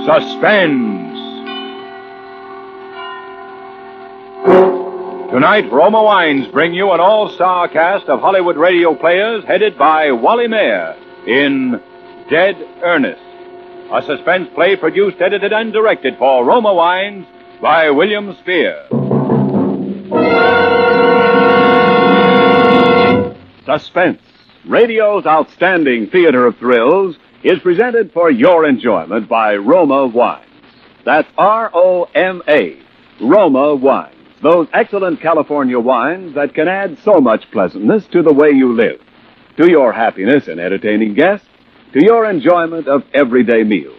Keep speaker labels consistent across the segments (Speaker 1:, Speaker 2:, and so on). Speaker 1: Suspense. Tonight, Roma Wines bring you an all star cast of Hollywood radio players headed by Wally Mayer in Dead Earnest, a suspense play produced, edited, and directed for Roma Wines by William Spear.
Speaker 2: Suspense, radio's outstanding theater of thrills, is presented for your enjoyment by Roma Wines. That's R O M A, Roma Wines. Those excellent California wines that can add so much pleasantness to the way you live, to your happiness in entertaining guests, to your enjoyment of everyday meals.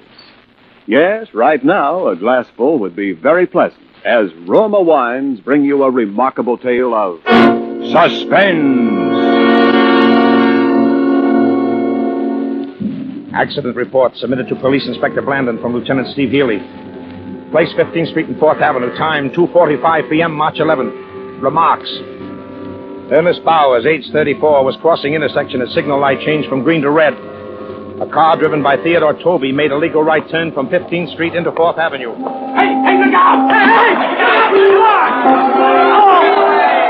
Speaker 2: Yes, right now, a glassful would be very pleasant as Roma Wines bring you a remarkable tale of.
Speaker 1: Suspense.
Speaker 3: Accident report submitted to Police Inspector Blandon from Lieutenant Steve Healy. Place 15th Street and 4th Avenue. Time 2.45 p.m., March 11th. Remarks. Ernest Bowers, age 34, was crossing intersection at signal light changed from green to red. A car driven by Theodore Toby made a legal right turn from 15th Street into 4th Avenue.
Speaker 4: Hey, hey, look out! Hey, hey, look out! Oh!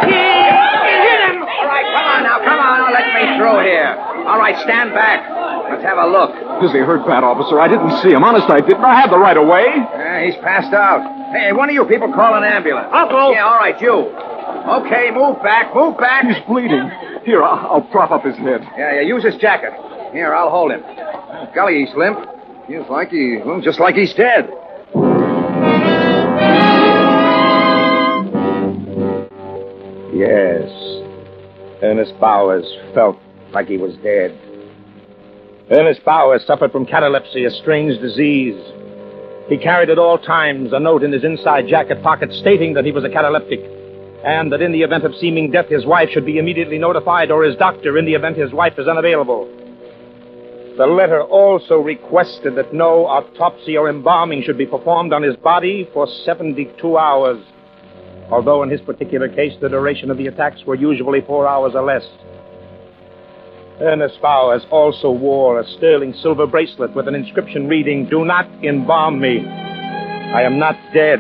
Speaker 4: He hit him!
Speaker 5: All right, come on now, come on now, let me through here. All right, stand back. Let's have a look.
Speaker 2: Does he hurt bad, officer? I didn't see him. Honest, I didn't. I had the right of way.
Speaker 5: Yeah, he's passed out. Hey, one of you people call an ambulance.
Speaker 4: Uncle!
Speaker 5: Yeah, all right, you. Okay, move back, move back.
Speaker 2: He's bleeding. Here, I'll, I'll prop up his head.
Speaker 5: Yeah, yeah, use his jacket. Here, I'll hold him. Golly, he's limp. He's like he, well, just like he's dead.
Speaker 3: Yes. Ernest Bowers felt like he was dead. Ernest Bowers suffered from catalepsy, a strange disease. He carried at all times a note in his inside jacket pocket stating that he was a cataleptic and that in the event of seeming death, his wife should be immediately notified or his doctor in the event his wife is unavailable. The letter also requested that no autopsy or embalming should be performed on his body for 72 hours although in his particular case the duration of the attacks were usually four hours or less. Ernest Bowers also wore a sterling silver bracelet with an inscription reading, Do not embalm me. I am not dead.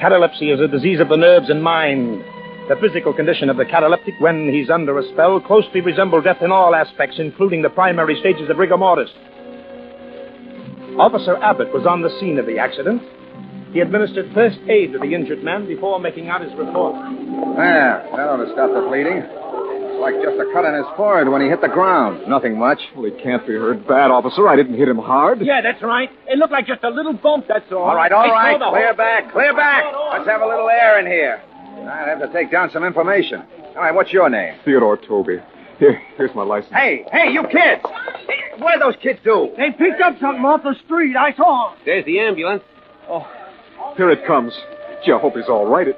Speaker 3: Catalepsy is a disease of the nerves and mind. The physical condition of the cataleptic when he's under a spell closely resembles death in all aspects, including the primary stages of rigor mortis. Officer Abbott was on the scene of the accident. He administered first aid to the injured man before making out his report.
Speaker 5: There, that ought to stop the bleeding. It's like just a cut on his forehead when he hit the ground. Nothing much.
Speaker 2: Well, he can't be hurt bad, officer. I didn't hit him hard.
Speaker 4: Yeah, that's right. It looked like just a little bump, that's all.
Speaker 5: All right, all
Speaker 4: It's
Speaker 5: right.
Speaker 4: all the
Speaker 5: Clear
Speaker 4: whole-
Speaker 5: back, clear back. Let's have a little air in here. I'd have to take down some information. All right, what's your name?
Speaker 2: Theodore Toby. Here, here's my license.
Speaker 5: Hey, hey, you kids! Hey, What do those kids do?
Speaker 4: They picked up something off the street. I saw 'em.
Speaker 6: There's the ambulance.
Speaker 2: Here it comes. Gee, I hope he's all right. It,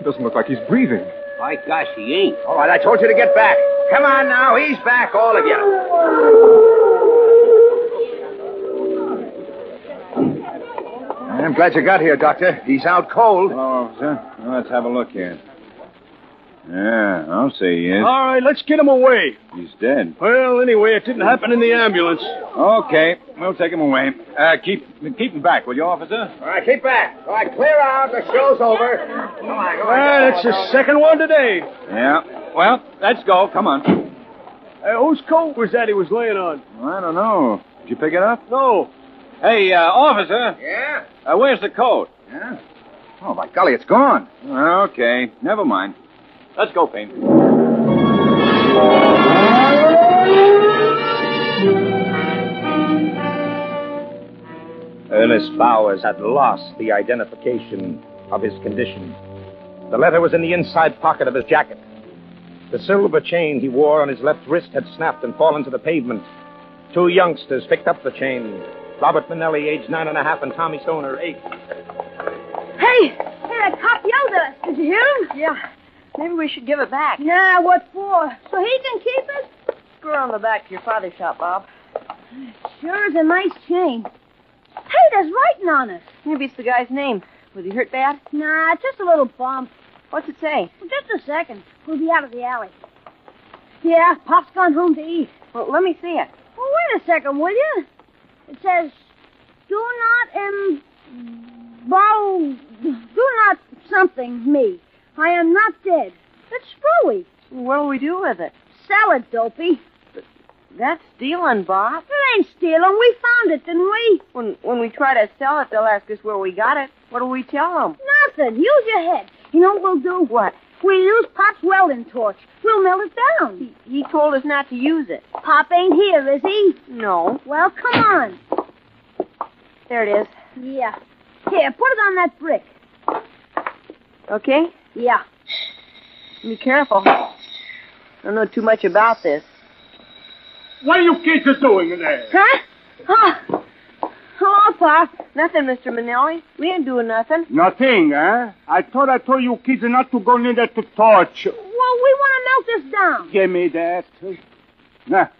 Speaker 2: it doesn't look like he's breathing.
Speaker 6: By gosh, he ain't.
Speaker 5: All right, I told you to get back. Come on now, ease back, all of you. I'm glad you got here, Doctor. He's out cold.
Speaker 1: Hello, officer. let's have a look here. Yeah, I'll say yes.
Speaker 7: All right, let's get him away.
Speaker 1: He's dead.
Speaker 7: Well, anyway, it didn't happen in the ambulance.
Speaker 1: Okay, we'll take him away. Uh, keep keep him back, will you, officer?
Speaker 5: All right, keep back. All right, clear out. The show's over. Come on, come on.
Speaker 7: Ah, that's the second one today.
Speaker 1: Yeah. Well, let's go. Come on.
Speaker 7: Uh, whose coat was that he was laying on?
Speaker 1: I don't know. Did you pick it up?
Speaker 7: No.
Speaker 1: Hey, uh, officer,
Speaker 5: Yeah?
Speaker 1: uh, where's the coat?
Speaker 5: Yeah? Oh, by golly, it's gone.
Speaker 1: Okay, never mind. Let's go, Payne.
Speaker 3: Ernest Bowers had lost the identification of his condition. The letter was in the inside pocket of his jacket. The silver chain he wore on his left wrist had snapped and fallen to the pavement. Two youngsters picked up the chain. Robert Manelli, age nine and a half, and Tommy Stoner, eight.
Speaker 8: Hey, hey, that cop yelled at us. Did you hear him? Yeah. Maybe we should give it back. Nah, what for? So he can keep it? Screw on the back to your father's shop, Bob. Sure is a nice chain. Hey, there's writing on it. Maybe it's the guy's name. Was he hurt bad? Nah, just a little bump. What's it say? just a second. We'll be out of the alley. Yeah, Pop's gone home to eat. Well, let me see it. Well, wait a second, will you? It says, Do not em. Bow. Do not something me. I am not dead. That's screwy.
Speaker 9: What'll we do with it?
Speaker 8: Sell it, dopey.
Speaker 9: That's stealing, Bob.
Speaker 8: It ain't stealing. We found it, didn't we?
Speaker 9: When when we try to sell it, they'll ask us where we got it. What'll we tell them?
Speaker 8: Nothing. Use your head. You know what we'll do?
Speaker 9: What?
Speaker 8: We'll use Pop's welding torch. We'll melt it down.
Speaker 9: He told us not to use it.
Speaker 8: Pop ain't here, is he?
Speaker 9: No.
Speaker 8: Well, come on.
Speaker 9: There it is.
Speaker 8: Yeah. Here, put it on that brick.
Speaker 9: Okay.
Speaker 8: Yeah.
Speaker 9: Be careful. I don't know too much about this.
Speaker 10: What are you kids are doing in there?
Speaker 8: Huh? Oh. Hello, Pop.
Speaker 9: Nothing, Mr. Manelli. We ain't doing nothing.
Speaker 10: Nothing, eh? I thought I told you kids not to go near that torch.
Speaker 8: Well, we want to melt this down.
Speaker 10: Give me that. Now,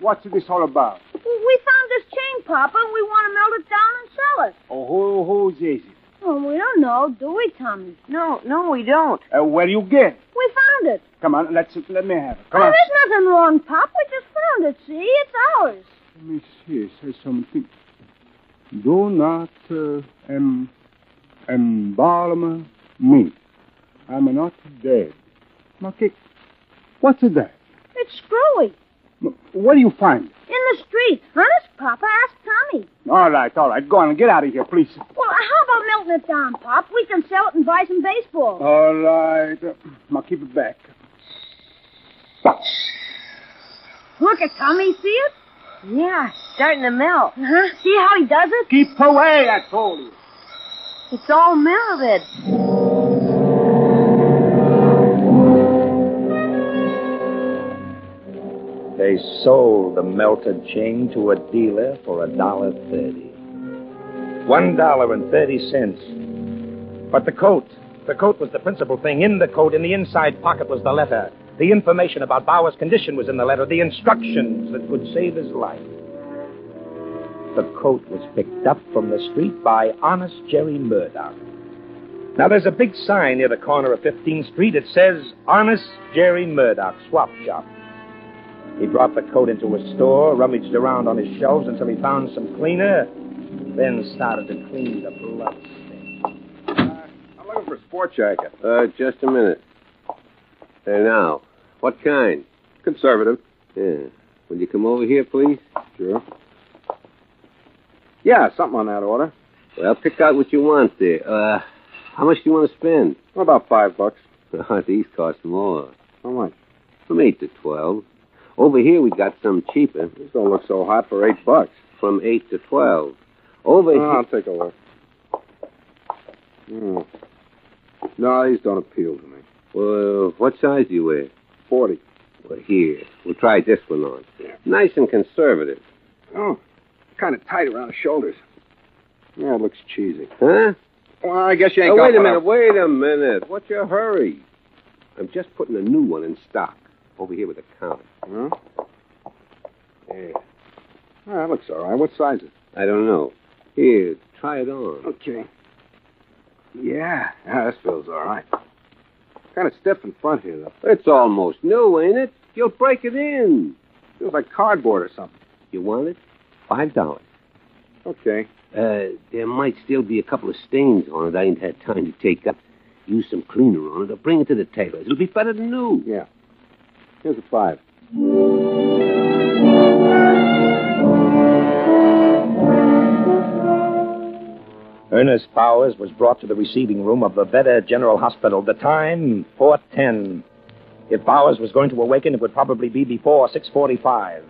Speaker 10: what's this all about?
Speaker 8: We found this chain, Papa, and we want to melt it down and sell it.
Speaker 10: Oh, who, who's is it?
Speaker 8: Well, we don't know, do we, Tommy?
Speaker 9: No, no, we don't.
Speaker 10: Uh, where you get?
Speaker 8: We found it.
Speaker 10: Come on, let's let me have it. Come
Speaker 8: Oh,
Speaker 10: on.
Speaker 8: there's nothing wrong, Pop. We just found it, see? It's ours.
Speaker 10: Let me see. Say something. Do not uh, em- embalm me. I'm not dead. Okay. What's that?
Speaker 8: It's screwy.
Speaker 10: Where do you find it?
Speaker 8: In the street. Honest, Papa, ask Tommy.
Speaker 10: All right, all right. Go on. Get out of here, please.
Speaker 8: Well, how about melting it down, Pop? We can sell it and buy some baseball.
Speaker 10: All right. Now keep it back.
Speaker 8: Look at Tommy. See it?
Speaker 9: Yeah, starting to melt.
Speaker 8: Huh? See how he does it?
Speaker 10: Keep away, I told you.
Speaker 9: It's all melted.
Speaker 3: They sold the melted chain to a dealer for a dollar thirty. One dollar and thirty cents. But the coat, the coat was the principal thing. In the coat, in the inside pocket, was the letter. The information about Bauer's condition was in the letter. The instructions that would save his life. The coat was picked up from the street by honest Jerry Murdoch. Now there's a big sign near the corner of 15th Street. It says Honest Jerry Murdoch Swap Shop. He brought the coat into a store, rummaged around on his shelves until he found some cleaner, then started to clean the blood stain.
Speaker 5: I'm looking for a sport jacket. Uh, just a minute. Hey, now, what kind? Conservative. Yeah. Will you come over here, please? Sure. Yeah, something on that order.
Speaker 11: Well, pick out what you want there. Uh, how much do you want to spend?
Speaker 5: About five bucks.
Speaker 11: These cost more.
Speaker 5: How much?
Speaker 11: From eight to twelve. Over here we got some cheaper.
Speaker 5: This don't look so hot for eight bucks.
Speaker 11: From eight to twelve. Over
Speaker 5: Oh, I'll take a look. Hmm. No, these don't appeal to me.
Speaker 11: here. Uh, what size do you wear?
Speaker 5: Forty.
Speaker 11: Well, here. We'll try this one on. Nice and conservative.
Speaker 5: Oh, kind of tight around the shoulders. Yeah, it looks cheesy.
Speaker 11: Huh?
Speaker 5: Well, I guess you ain't
Speaker 11: Oh,
Speaker 5: got
Speaker 11: wait a
Speaker 5: one
Speaker 11: minute.
Speaker 5: of-
Speaker 11: Wait a minute. What's your hurry? I'm just putting a new one in stock. Over here with the counter.
Speaker 5: Huh? Yeah. Well, that looks all right. What size is it?
Speaker 11: I don't know. Here, try it on.
Speaker 5: Okay. Yeah. yeah, this feels all right. Kind of stiff in front here, though.
Speaker 11: It's almost new, ain't it? You'll break it in.
Speaker 5: Feels like cardboard or something.
Speaker 11: You want it? Five dollars.
Speaker 5: Okay.
Speaker 11: Uh, there might still be a couple of stains on it I ain't had time to take up. Use some cleaner on it or bring it to the tailor. It'll be better than new.
Speaker 5: Yeah. Here's a five.
Speaker 3: Ernest Powers was brought to the receiving room of the Vetter General Hospital. The time, 4.10. If Powers was going to awaken, it would probably be before 6.45.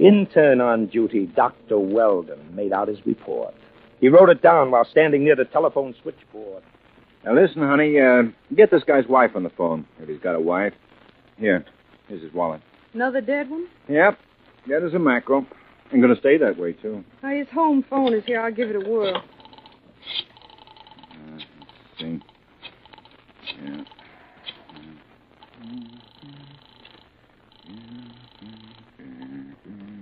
Speaker 3: Intern on duty, Dr. Weldon, made out his report. He wrote it down while standing near the telephone switchboard.
Speaker 1: Now, listen, honey. Uh, get this guy's wife on the phone, if he's got a wife. Here, here's his wallet.
Speaker 9: Another dead one?
Speaker 1: Yep, that is a mackerel. I'm going to stay that way, too.
Speaker 9: his home phone is here. I'll give it a whirl.
Speaker 1: See? Yeah.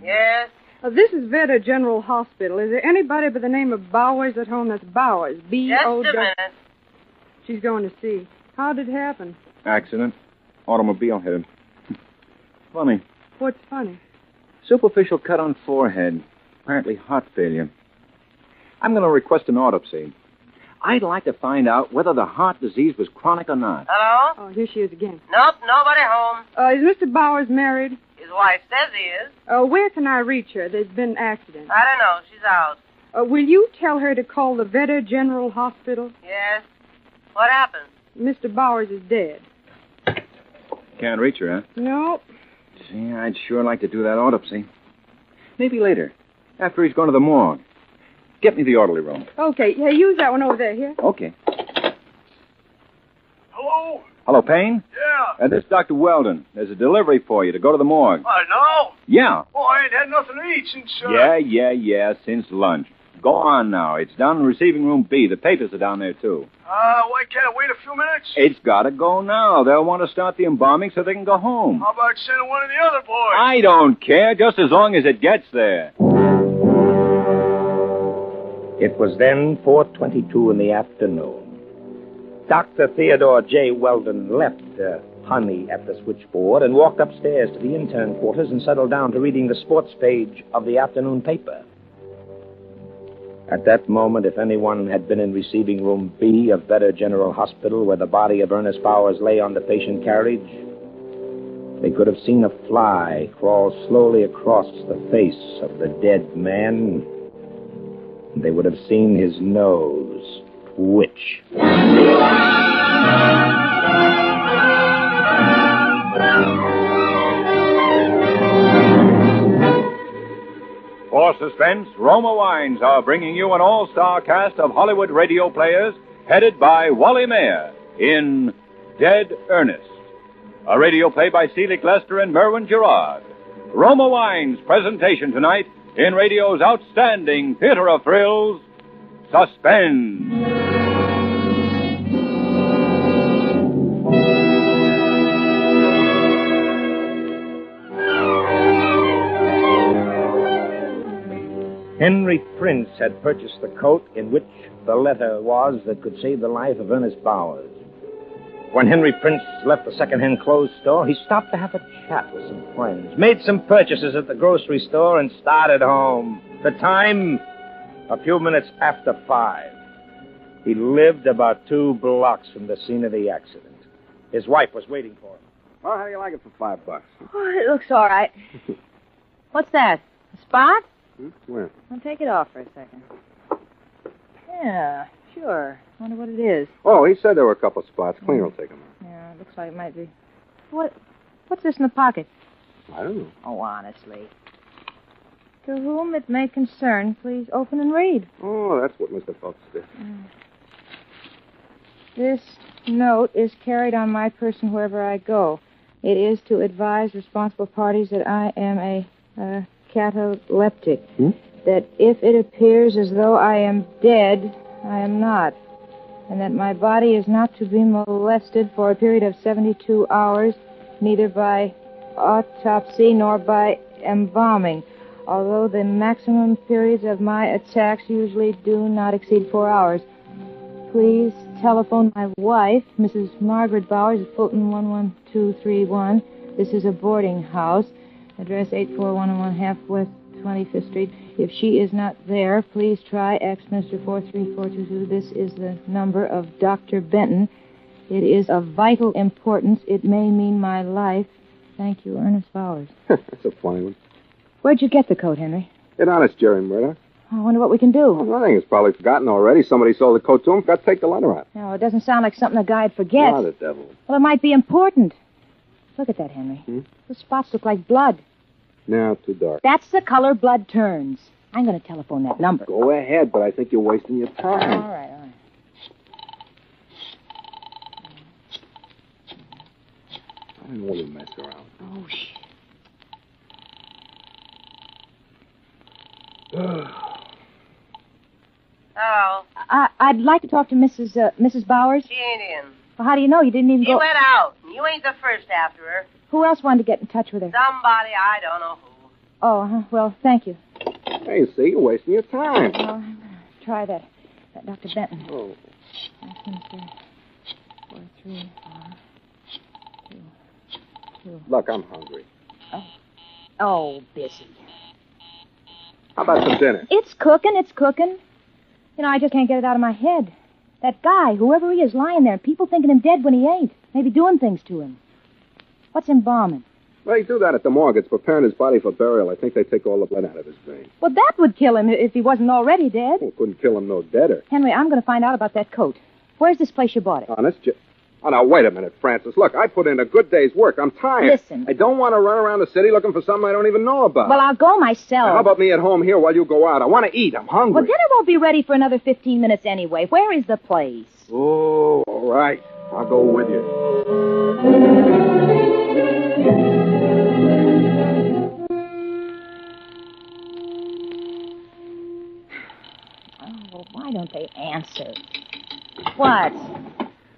Speaker 9: Yes.
Speaker 12: Uh, this is Vetter General Hospital. Is there anybody by the name of Bowers at home? That's Bowers. B O W. She's going to see. How did it happen?
Speaker 1: Accident. Automobile hit him. Funny.
Speaker 12: What's funny?
Speaker 1: Superficial cut on forehead. Apparently heart failure.
Speaker 13: I'm going to request an autopsy. I'd like to find out whether the heart disease was chronic or not.
Speaker 9: Hello?
Speaker 12: Oh, here she is again.
Speaker 9: Nope, nobody home.
Speaker 12: Uh, is Mr. Bowers married?
Speaker 9: His wife says he is.
Speaker 12: Uh, where can I reach her? There's been an accident.
Speaker 9: I don't know. She's out.
Speaker 12: Uh, will you tell her to call the Vetter General Hospital?
Speaker 9: Yes? What happened?
Speaker 12: Mr. Bowers is dead.
Speaker 13: Can't reach her, huh?
Speaker 12: No.
Speaker 13: Gee, I'd sure like to do that autopsy. Maybe later, after he's gone to the morgue. Get me the orderly room.
Speaker 12: Okay, yeah, use that one over there, here.
Speaker 13: Okay.
Speaker 14: Hello?
Speaker 13: Hello, Payne?
Speaker 14: Yeah.
Speaker 13: Uh, this is Dr. Weldon. There's a delivery for you to go to the morgue.
Speaker 14: I know.
Speaker 13: Yeah.
Speaker 14: Oh, I ain't had nothing to eat since. Uh...
Speaker 13: Yeah, yeah, yeah, since lunch. Go on now. It's down in receiving room B. The papers are down there, too.
Speaker 14: Uh, why can't I wait a few minutes?
Speaker 13: It's gotta go now. They'll want to start the embalming so they can go home.
Speaker 2: Oh,
Speaker 14: How about sending one of the other boys?
Speaker 13: I don't care, just as long as it gets there.
Speaker 3: It was then 4:22 in the afternoon. Dr. Theodore J. Weldon left uh, Honey at the switchboard and walked upstairs to the intern quarters and settled down to reading the sports page of the afternoon paper. At that moment, if anyone had been in receiving room B of Better General Hospital, where the body of Ernest Bowers lay on the patient carriage, they could have seen a fly crawl slowly across the face of the dead man they would have seen his nose twitch.
Speaker 1: For Suspense, Roma Wines are bringing you an all star cast of Hollywood radio players headed by Wally Mayer in Dead Earnest, a radio play by Celia Lester and Merwin Gerard. Roma Wines' presentation tonight in radio's outstanding theater of thrills, Suspense.
Speaker 3: Henry Prince had purchased the coat in which the letter was that could save the life of Ernest Bowers. When Henry Prince left the second-hand clothes store, he stopped to have a chat with some friends, made some purchases at the grocery store, and started home. The time? A few minutes after five. He lived about two blocks from the scene of the accident. His wife was waiting for him.
Speaker 5: Well, how do you like it for five bucks?
Speaker 15: Oh, it looks all right. What's that? A spot?
Speaker 5: Where?
Speaker 15: I'll take it off for a second. Yeah, sure. Wonder what it is.
Speaker 5: Oh, he said there were a couple of spots. Cleaner will take them.
Speaker 15: Yeah, it looks like it might be. What? What's this in the pocket?
Speaker 5: I don't know.
Speaker 15: Oh, honestly. To whom it may concern, please open and read.
Speaker 5: Oh, that's what Mr. Phelps did.
Speaker 11: Mm.
Speaker 15: This note is carried on my person wherever I go. It is to advise responsible parties that I am a uh, cataleptic.
Speaker 16: Hmm?
Speaker 15: That if it appears as though I am dead, I am not. And that my body is not to be molested for a period of 72 hours, neither by autopsy nor by embalming, although the maximum periods of my attacks usually do not exceed four hours. Please telephone my wife, Mrs. Margaret Bowers, at Fulton 11231. This is a boarding house, address 841 oh half West 25th Street. If she is not there, please try X Mr. 43422. This is the number of Dr. Benton. It is of vital importance. It may mean my life. Thank you, Ernest Bowers.
Speaker 5: that's a funny one.
Speaker 15: Where'd you get the coat, Henry?
Speaker 5: An honest Jerry Murdoch.
Speaker 15: I wonder what we can do.
Speaker 5: Well, I think it's probably forgotten already. Somebody sold the coat to him. Got to take the letter out.
Speaker 15: No, it doesn't sound like something a guy'd forget.
Speaker 5: Ah, the devil.
Speaker 15: Well, it might be important. Look at that, Henry.
Speaker 5: Hmm?
Speaker 15: The spots look like blood.
Speaker 5: Now, too dark.
Speaker 15: That's the color blood turns. I'm going to telephone that number.
Speaker 5: Go ahead, but I think you're wasting your
Speaker 15: All right,
Speaker 5: time.
Speaker 15: all right.
Speaker 5: I don't want to mess around.
Speaker 15: Oh, shit.
Speaker 9: Hello?
Speaker 15: I, I'd like to talk to Mrs. Uh, Mrs. Bowers.
Speaker 9: She ain't in.
Speaker 15: Well, how do you know? You didn't even
Speaker 9: She
Speaker 15: go.
Speaker 9: went out. and You ain't the first after her.
Speaker 15: Who else wanted to get in touch with her?
Speaker 9: Somebody, I don't know who.
Speaker 15: Oh, uh-huh. well, thank you.
Speaker 5: Hey, you see, you're wasting your time.
Speaker 15: Well, I'm going to try that. that Dr. Benton.
Speaker 5: Oh.
Speaker 15: That's Mr. Four, three, four, two, two.
Speaker 5: Look, I'm hungry.
Speaker 15: Oh, busy.
Speaker 5: How about some dinner?
Speaker 15: It's cooking, it's cooking.
Speaker 16: You know, I just can't get it out of my head. That guy, whoever he is, lying there, people thinking him dead when he ain't. Maybe doing things to him. What's embalming?
Speaker 5: They do that at the morgue. It's preparing his body for burial. I think they take all the blood out of his veins.
Speaker 16: Well, that would kill him if he wasn't already dead.
Speaker 5: Well, couldn't kill him no deader.
Speaker 16: Henry, I'm going to find out about that coat. Where's this place you bought it?
Speaker 5: Honest, J- Oh, now, wait a minute, Francis. Look, I put in a good day's work. I'm tired.
Speaker 16: Listen.
Speaker 5: I don't want to run around the city looking for something I don't even know about.
Speaker 16: Well, I'll go myself.
Speaker 5: Now, uh, How about me at home here while you go out? I want to eat. I'm hungry.
Speaker 16: Well, dinner won't be ready for another 15 minutes anyway. Where is the place?
Speaker 5: Oh, all right. I'll go with you.
Speaker 16: Oh, well, why don't they answer? What?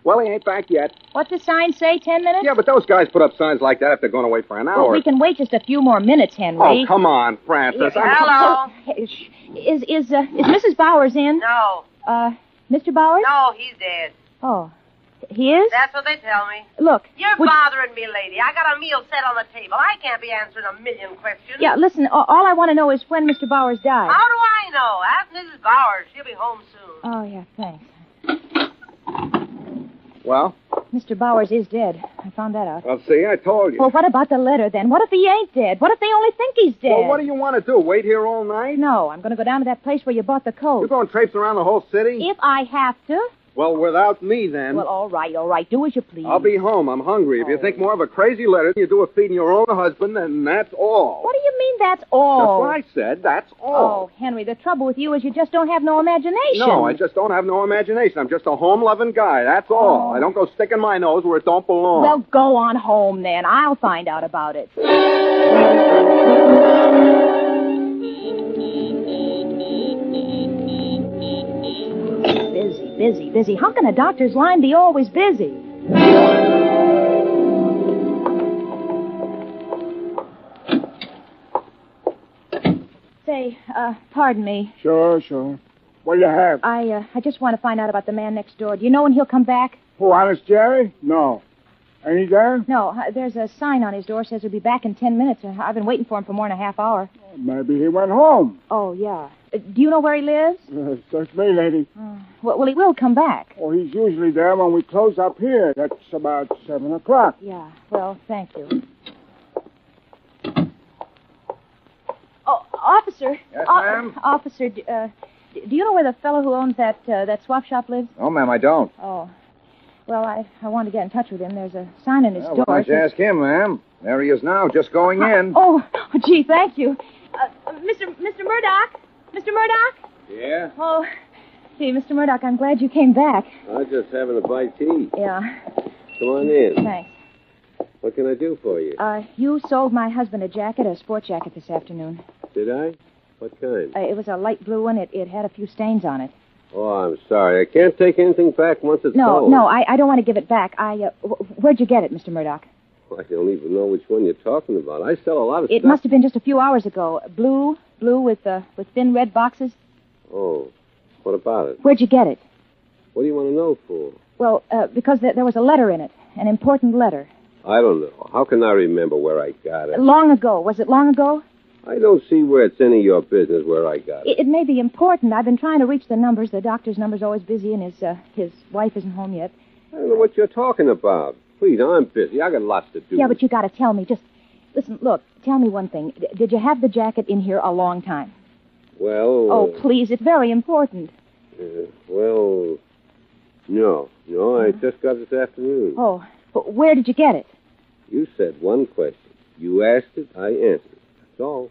Speaker 5: Well, he ain't back yet.
Speaker 16: What's the sign say? Ten minutes?
Speaker 5: Yeah, but those guys put up signs like that if they're going away for an hour.
Speaker 16: Well, we can wait just a few more minutes, Henry.
Speaker 5: Oh, come on, Francis. I'm-
Speaker 16: Hello. Is is uh, is Mrs. Bowers in?
Speaker 9: No.
Speaker 16: Uh, Mr. Bowers?
Speaker 9: No, he's dead.
Speaker 16: Oh, he is.
Speaker 9: That's what they tell me.
Speaker 16: Look.
Speaker 9: You're
Speaker 16: would-
Speaker 9: bothering me, lady. I got a meal set on the table. I can't be answering a million questions.
Speaker 16: Yeah, listen. a- All I want to know is when Mr. Bowers died.
Speaker 9: How do I know? Ask Mrs. Bowers. She'll be home soon.
Speaker 16: Oh yeah, thanks.
Speaker 5: Well,
Speaker 16: Mr. Bowers is dead. I found that out.
Speaker 5: well, see, I told you.
Speaker 16: Well, what about the letter then? What if he ain't dead? What if they only think he's dead?
Speaker 5: Well, what do you want to do? Wait here all night?
Speaker 16: No, I'm going to go down to that place where you bought the coat.
Speaker 5: You're going traipsing around the whole city?
Speaker 16: If I have to.
Speaker 5: Well, without me, then.
Speaker 16: Well, all right, all right. Do as you please.
Speaker 5: I'll be home. I'm hungry. If you think more of a crazy letter than you do of feeding your own husband, then that's all.
Speaker 16: What do you mean that's all?
Speaker 5: That's what I said. That's all.
Speaker 16: Oh, Henry, the trouble with you is you just don't have no imagination.
Speaker 5: No, I just don't have no imagination. I'm just a home-loving guy. That's all. I don't go sticking my nose where it don't belong.
Speaker 16: Oh. Well, go on home then. I'll find out about it. Busy, busy, busy. How can a doctor's line be always busy? Say, uh, pardon me.
Speaker 10: Sure, sure. What do you have?
Speaker 16: I, uh, I just want to find out about the man next door. Do you know when he'll come back?
Speaker 10: Who, Honest Jerry? No. Ain't he there?
Speaker 16: No, uh, there's a sign on his door says he'll be back in ten minutes. Uh, I've been waiting for him for more than a half hour.
Speaker 10: Maybe he went home.
Speaker 16: Oh, yeah. Uh, do you know where he lives?
Speaker 10: Uh, search me, lady.
Speaker 16: Well, well, he will come back.
Speaker 10: Oh, he's usually there when we close up here. That's about 7 o'clock.
Speaker 16: Yeah, well, thank you. Oh, officer.
Speaker 13: Yes,
Speaker 16: O-
Speaker 13: ma'am?
Speaker 16: Officer, d- uh, d- do you know where the fellow who owns that uh, that swap shop lives?
Speaker 13: No, ma'am, I don't.
Speaker 16: Oh. Well, I, I want to get in touch with him. There's a sign in his
Speaker 13: Well,
Speaker 16: door.
Speaker 13: why don't you
Speaker 16: It says-
Speaker 13: ask him, ma'am? There he is now, just going in.
Speaker 16: Oh, oh, gee, thank you. Uh, Mr. Mr. Murdoch? Mr. Murdoch?
Speaker 5: Yeah?
Speaker 16: Oh, gee, Mr. Murdoch, I'm glad you came back.
Speaker 5: I'm just having a bite tea.
Speaker 16: Yeah,
Speaker 5: Come on in.
Speaker 16: thanks.
Speaker 5: What can I do for you?
Speaker 16: Uh, you sold my husband a jacket, a sport jacket this afternoon.
Speaker 5: Did I? What kind?
Speaker 16: Uh, it was a light blue one. It, it had a few stains on it.
Speaker 5: Oh, I'm sorry. I can't take anything back once it's
Speaker 16: No,
Speaker 5: sold.
Speaker 16: no, I, I don't want to give it back. I, uh, wh- where'd you get it, Mr. Murdoch?
Speaker 5: I don't even know which one you're talking about. I sell a lot of
Speaker 16: It
Speaker 5: stuff.
Speaker 16: must have been just a few hours ago. Blue, blue with uh, with thin red boxes.
Speaker 5: Oh, what about it?
Speaker 16: Where'd you get it?
Speaker 5: What do you want to know for?
Speaker 16: Well, uh, because th- there was a letter in it, an important letter.
Speaker 5: I don't know. How can I remember where I got it?
Speaker 16: Long ago. Was it long ago?
Speaker 5: I don't see where it's any of your business where I got it.
Speaker 16: It, it may be important. I've been trying to reach the numbers. The doctor's number's always busy, and his uh, his wife isn't home yet.
Speaker 5: I don't know what you're talking about. Please, I'm busy. I got lots to do.
Speaker 16: Yeah, but you got to tell me. Just listen. Look, tell me one thing. D- did you have the jacket in here a long time?
Speaker 5: Well.
Speaker 16: Oh,
Speaker 5: uh,
Speaker 16: please, it's very important.
Speaker 5: uh, well, no, no.
Speaker 16: Mm-hmm.
Speaker 5: I just got it this afternoon.
Speaker 16: Oh, but where did you get it?
Speaker 5: You said one question. You asked it. I answered. That's all.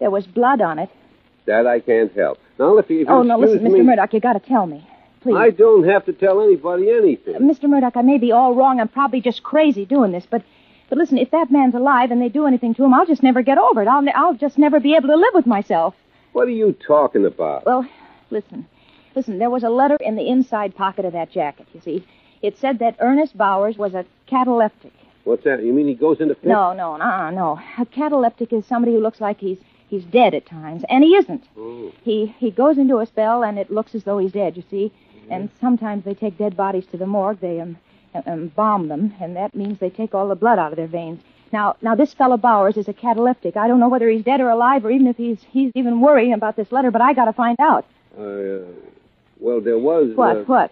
Speaker 16: There was blood on it.
Speaker 5: That I can't help. Now, if you, if you
Speaker 16: oh no,
Speaker 5: excuse
Speaker 16: listen, Mr.
Speaker 5: me,
Speaker 16: Murdoch, you got to tell me, please.
Speaker 5: I don't have to tell anybody anything.
Speaker 16: Uh, Mr. Murdoch, I may be all wrong. I'm probably just crazy doing this, but but listen, if that man's alive and they do anything to him, I'll just never get over it. I'll ne- I'll just never be able to live with myself.
Speaker 5: What are you talking about?
Speaker 16: Well, listen, listen. There was a letter in the inside pocket of that jacket. You see, it said that Ernest Bowers was a cataleptic.
Speaker 5: What's that? You mean he goes into
Speaker 16: No, no, no, no. A cataleptic is somebody who looks like he's he's dead at times, and he isn't.
Speaker 5: Oh.
Speaker 16: He he goes into a spell, and it looks as though he's dead. You see, and sometimes they take dead bodies to the morgue. They um, em- embalm them, and that means they take all the blood out of their veins. Now, now this fellow Bowers is a cataleptic. I don't know whether he's dead or alive, or even if he's he's even worrying about this letter. But I got to find out.
Speaker 5: I, uh, Well, there was
Speaker 16: What?
Speaker 5: uh,
Speaker 16: what?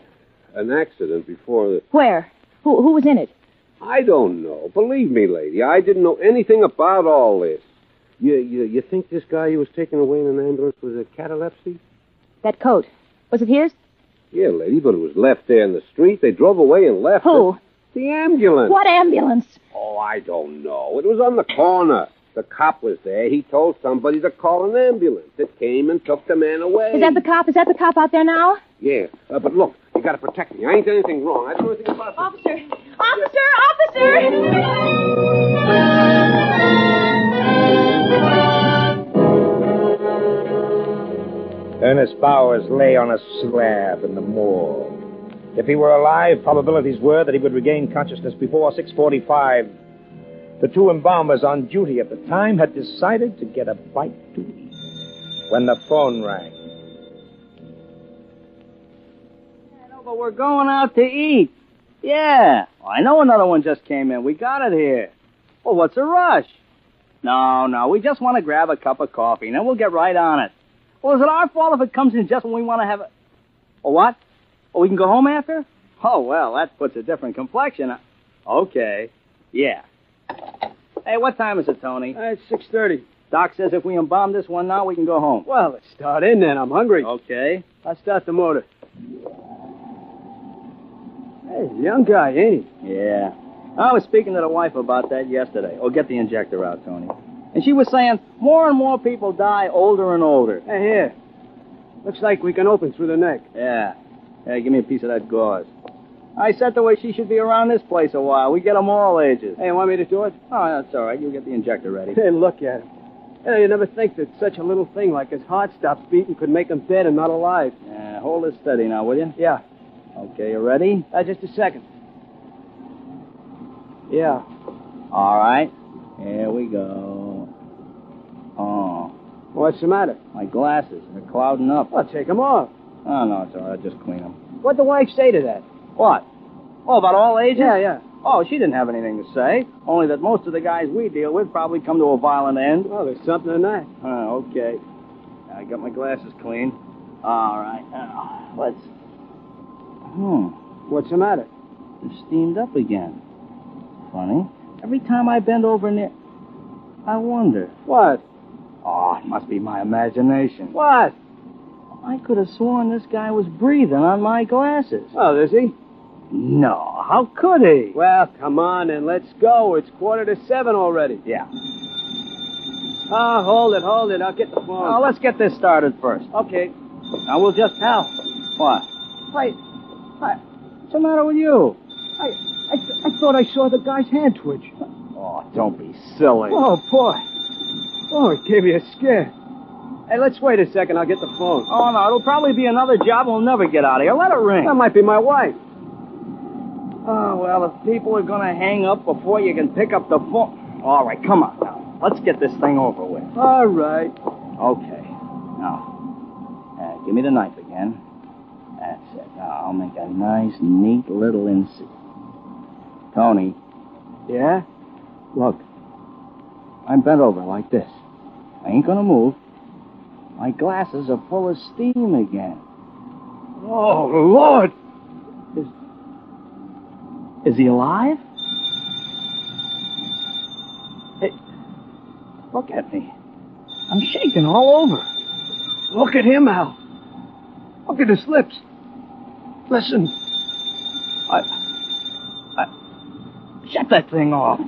Speaker 5: an accident before the.
Speaker 16: Where? Who, who was in it?
Speaker 5: I don't know. Believe me, lady, I didn't know anything about all this.
Speaker 11: You, you, you think this guy you was taking away in an ambulance was a catalepsy?
Speaker 16: That coat. Was it his?
Speaker 5: Yeah, lady, but it was left there in the street. They drove away and left.
Speaker 16: Who?
Speaker 5: It. The ambulance.
Speaker 16: What ambulance?
Speaker 5: Oh, I don't know. It was on the corner. The cop was there. He told somebody to call an ambulance. It came and took the man away.
Speaker 16: Is that the cop? Is that the cop out there now?
Speaker 5: Yeah, uh, but look, you gotta protect me. I ain't done anything wrong. I don't know anything about
Speaker 16: Officer! Officer!
Speaker 3: Ernest Bowers lay on a slab in the morgue. If he were alive, probabilities were that he would regain consciousness before 645. The two embalmers on duty at the time had decided to get a bite to eat when the phone rang.
Speaker 4: But we're going out to eat. Yeah, Oh, I know another one just came in. We got it here. Well, what's the rush? No, no, we just want to grab a cup of coffee, and then we'll get right on it. Well, is it our fault if it comes in just when we want to have a... a what? Oh, we can go home after? Oh, well, that puts a different complexion. on- Okay, yeah. Hey, what time is it, Tony? it's 6.30. Doc says if we embalm this one now, we can go home. Well, let's start in then. I'm hungry. Okay. I'll start the motor. Hey, young guy, ain't he? Yeah. I was speaking to the wife about that yesterday. Oh, get the injector out, Tony. And she was saying more and more people die older and older. Hey, here. Looks like we can open through the neck. Yeah. Hey, give me a piece of that gauze. I said the way she should be around this place a while. We get 'em all ages. Hey, want me to do it? Oh, that's all right. You get the injector ready.
Speaker 17: Hey, look at him. Hey, you never think that such a little thing like his heart stops beating could make him dead and not alive.
Speaker 4: Yeah, hold it steady now, will you?
Speaker 17: Yeah.
Speaker 4: Okay, you ready?
Speaker 17: Uh, just a second. Yeah.
Speaker 4: All right. Here we go. Oh.
Speaker 17: What's the matter?
Speaker 4: My glasses are clouding up.
Speaker 17: Well, take them off.
Speaker 4: Oh, no, it's all right. I'll just clean them.
Speaker 17: What'd the wife say to that?
Speaker 4: What? Oh, about all ages?
Speaker 17: Yeah, yeah.
Speaker 4: Oh, she didn't have anything to say. Only that most of the guys we deal with probably come to a violent end.
Speaker 17: Well, there's something in that.
Speaker 4: Oh, okay. I got my glasses clean. All right. Now, let's. Hmm.
Speaker 17: What's the matter?
Speaker 4: They're steamed up again. Funny. Every time I bend over near. I wonder.
Speaker 17: What?
Speaker 4: Oh, it must be my imagination.
Speaker 17: What?
Speaker 4: I could have sworn this guy was breathing on my glasses.
Speaker 17: Oh, is he?
Speaker 4: No, how could he?
Speaker 17: Well, come on and let's go. It's quarter to seven already.
Speaker 4: Yeah.
Speaker 17: Ah, hold it, hold it. I'll get the phone.
Speaker 4: Now, let's get this started first.
Speaker 17: Okay.
Speaker 4: Now, we'll just. How? What?
Speaker 17: Wait. I,
Speaker 4: What's the matter with you?
Speaker 17: I, I, th- I thought I saw the guy's hand twitch.
Speaker 4: Oh, don't be silly.
Speaker 17: Oh, boy. Oh, it gave me a scare. Hey, let's wait a second. I'll get the phone.
Speaker 4: Oh, no, it'll probably be another job. We'll never get out of here. Let it ring.
Speaker 17: That might be my wife.
Speaker 4: Oh, well, if people are going to hang up before you can pick up the phone. All right, come on now. Let's get this thing over with.
Speaker 17: All right.
Speaker 4: Okay. Now, uh, give me the knife again. That's it. Now, I'll make a nice, neat little incision. Tony.
Speaker 17: Yeah?
Speaker 4: Look. I'm bent over like this. I ain't going to move. My glasses are full of steam again.
Speaker 17: Oh, Lord.
Speaker 4: Is he alive? Hey, look at me. I'm shaking all over.
Speaker 17: Look at him, Al. Look at his lips. Listen.
Speaker 4: I. I. Shut that thing off.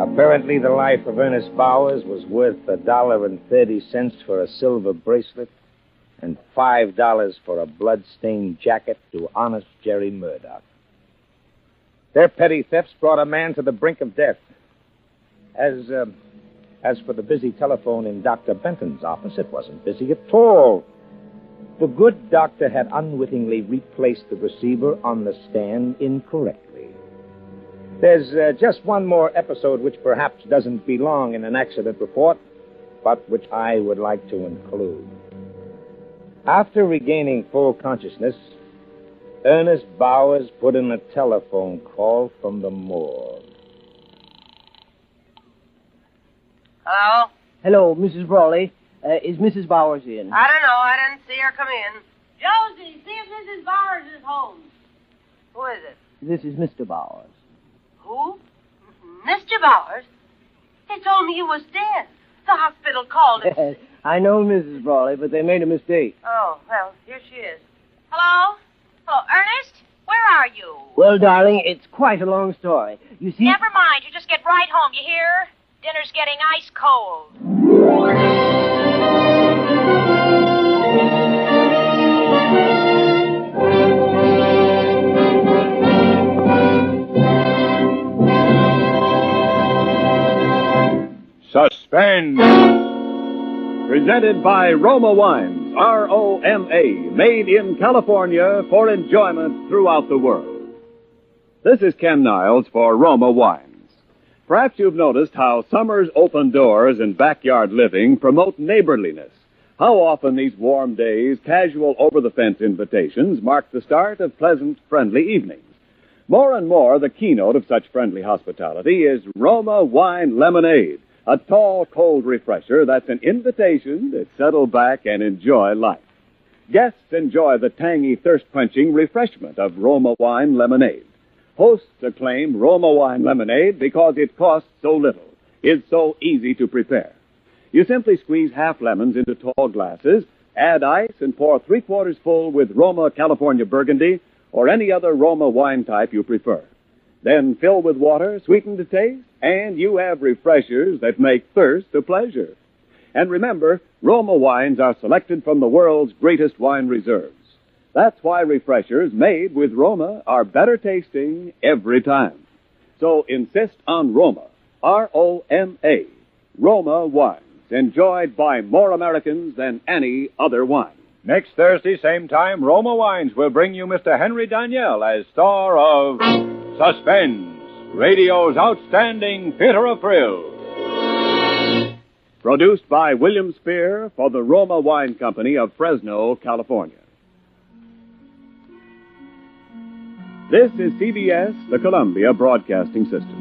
Speaker 3: Apparently, the life of Ernest Bowers was worth a dollar and thirty cents for a silver bracelet and five dollars for a blood-stained jacket to honest Jerry Murdoch. Their petty thefts brought a man to the brink of death. As um as for the busy telephone in Doctor Benton's office, it wasn't busy at all. The good doctor had unwittingly replaced the receiver on the stand incorrectly. There's uh, just one more episode which perhaps doesn't belong in an accident report, but which I would like to include. After regaining full consciousness, Ernest Bowers put in a telephone call from the morgue.
Speaker 9: Hello?
Speaker 18: Hello, Mrs. Brawley. Uh, is Mrs. Bowers in?
Speaker 9: I don't know. I didn't see her come in. Josie, see if Mrs. Bowers is home. Who is it?
Speaker 18: This is Mr. Bowers.
Speaker 9: Who? Mr. Bowers? They told me he was dead. The hospital called him.
Speaker 18: Yes, I know Mrs. Brawley, but they made a mistake.
Speaker 9: Oh, well, here she is. Hello? Hello, Ernest? Where are you?
Speaker 18: Well, darling, it's quite a long story. You see,
Speaker 9: Never mind. You just get right home, you hear? Dinner's getting ice cold.
Speaker 2: Suspense. Presented by Roma Wines, R O M A, made in California for enjoyment throughout the world. This is Ken Niles for Roma Wines. Perhaps you've noticed how summer's open doors and backyard living promote neighborliness. How often these warm days, casual over the fence invitations mark the start of pleasant, friendly evenings. More and more, the keynote of such friendly hospitality is Roma Wine Lemonade, a tall, cold refresher that's an invitation to settle back and enjoy life. Guests enjoy the tangy, thirst quenching refreshment of Roma Wine Lemonade. Hosts acclaim Roma Wine Lemonade because it costs so little, is so easy to prepare. You simply squeeze half lemons into tall glasses, add ice, and pour three quarters full with Roma California Burgundy or any other Roma wine type you prefer. Then fill with water, sweeten to taste, and you have refreshers that make thirst a pleasure. And remember, Roma wines are selected from the world's greatest wine reserves. That's why refreshers made with Roma are better tasting every time. So insist on Roma, R O M A, Roma wines, enjoyed by more Americans than any other wine.
Speaker 1: Next Thursday, same time, Roma Wines will bring you Mr. Henry Daniel as star of Suspense, radio's outstanding theater of thrills.
Speaker 2: Produced by William Spear for the Roma Wine Company of Fresno, California. This is CBS, the Columbia Broadcasting System.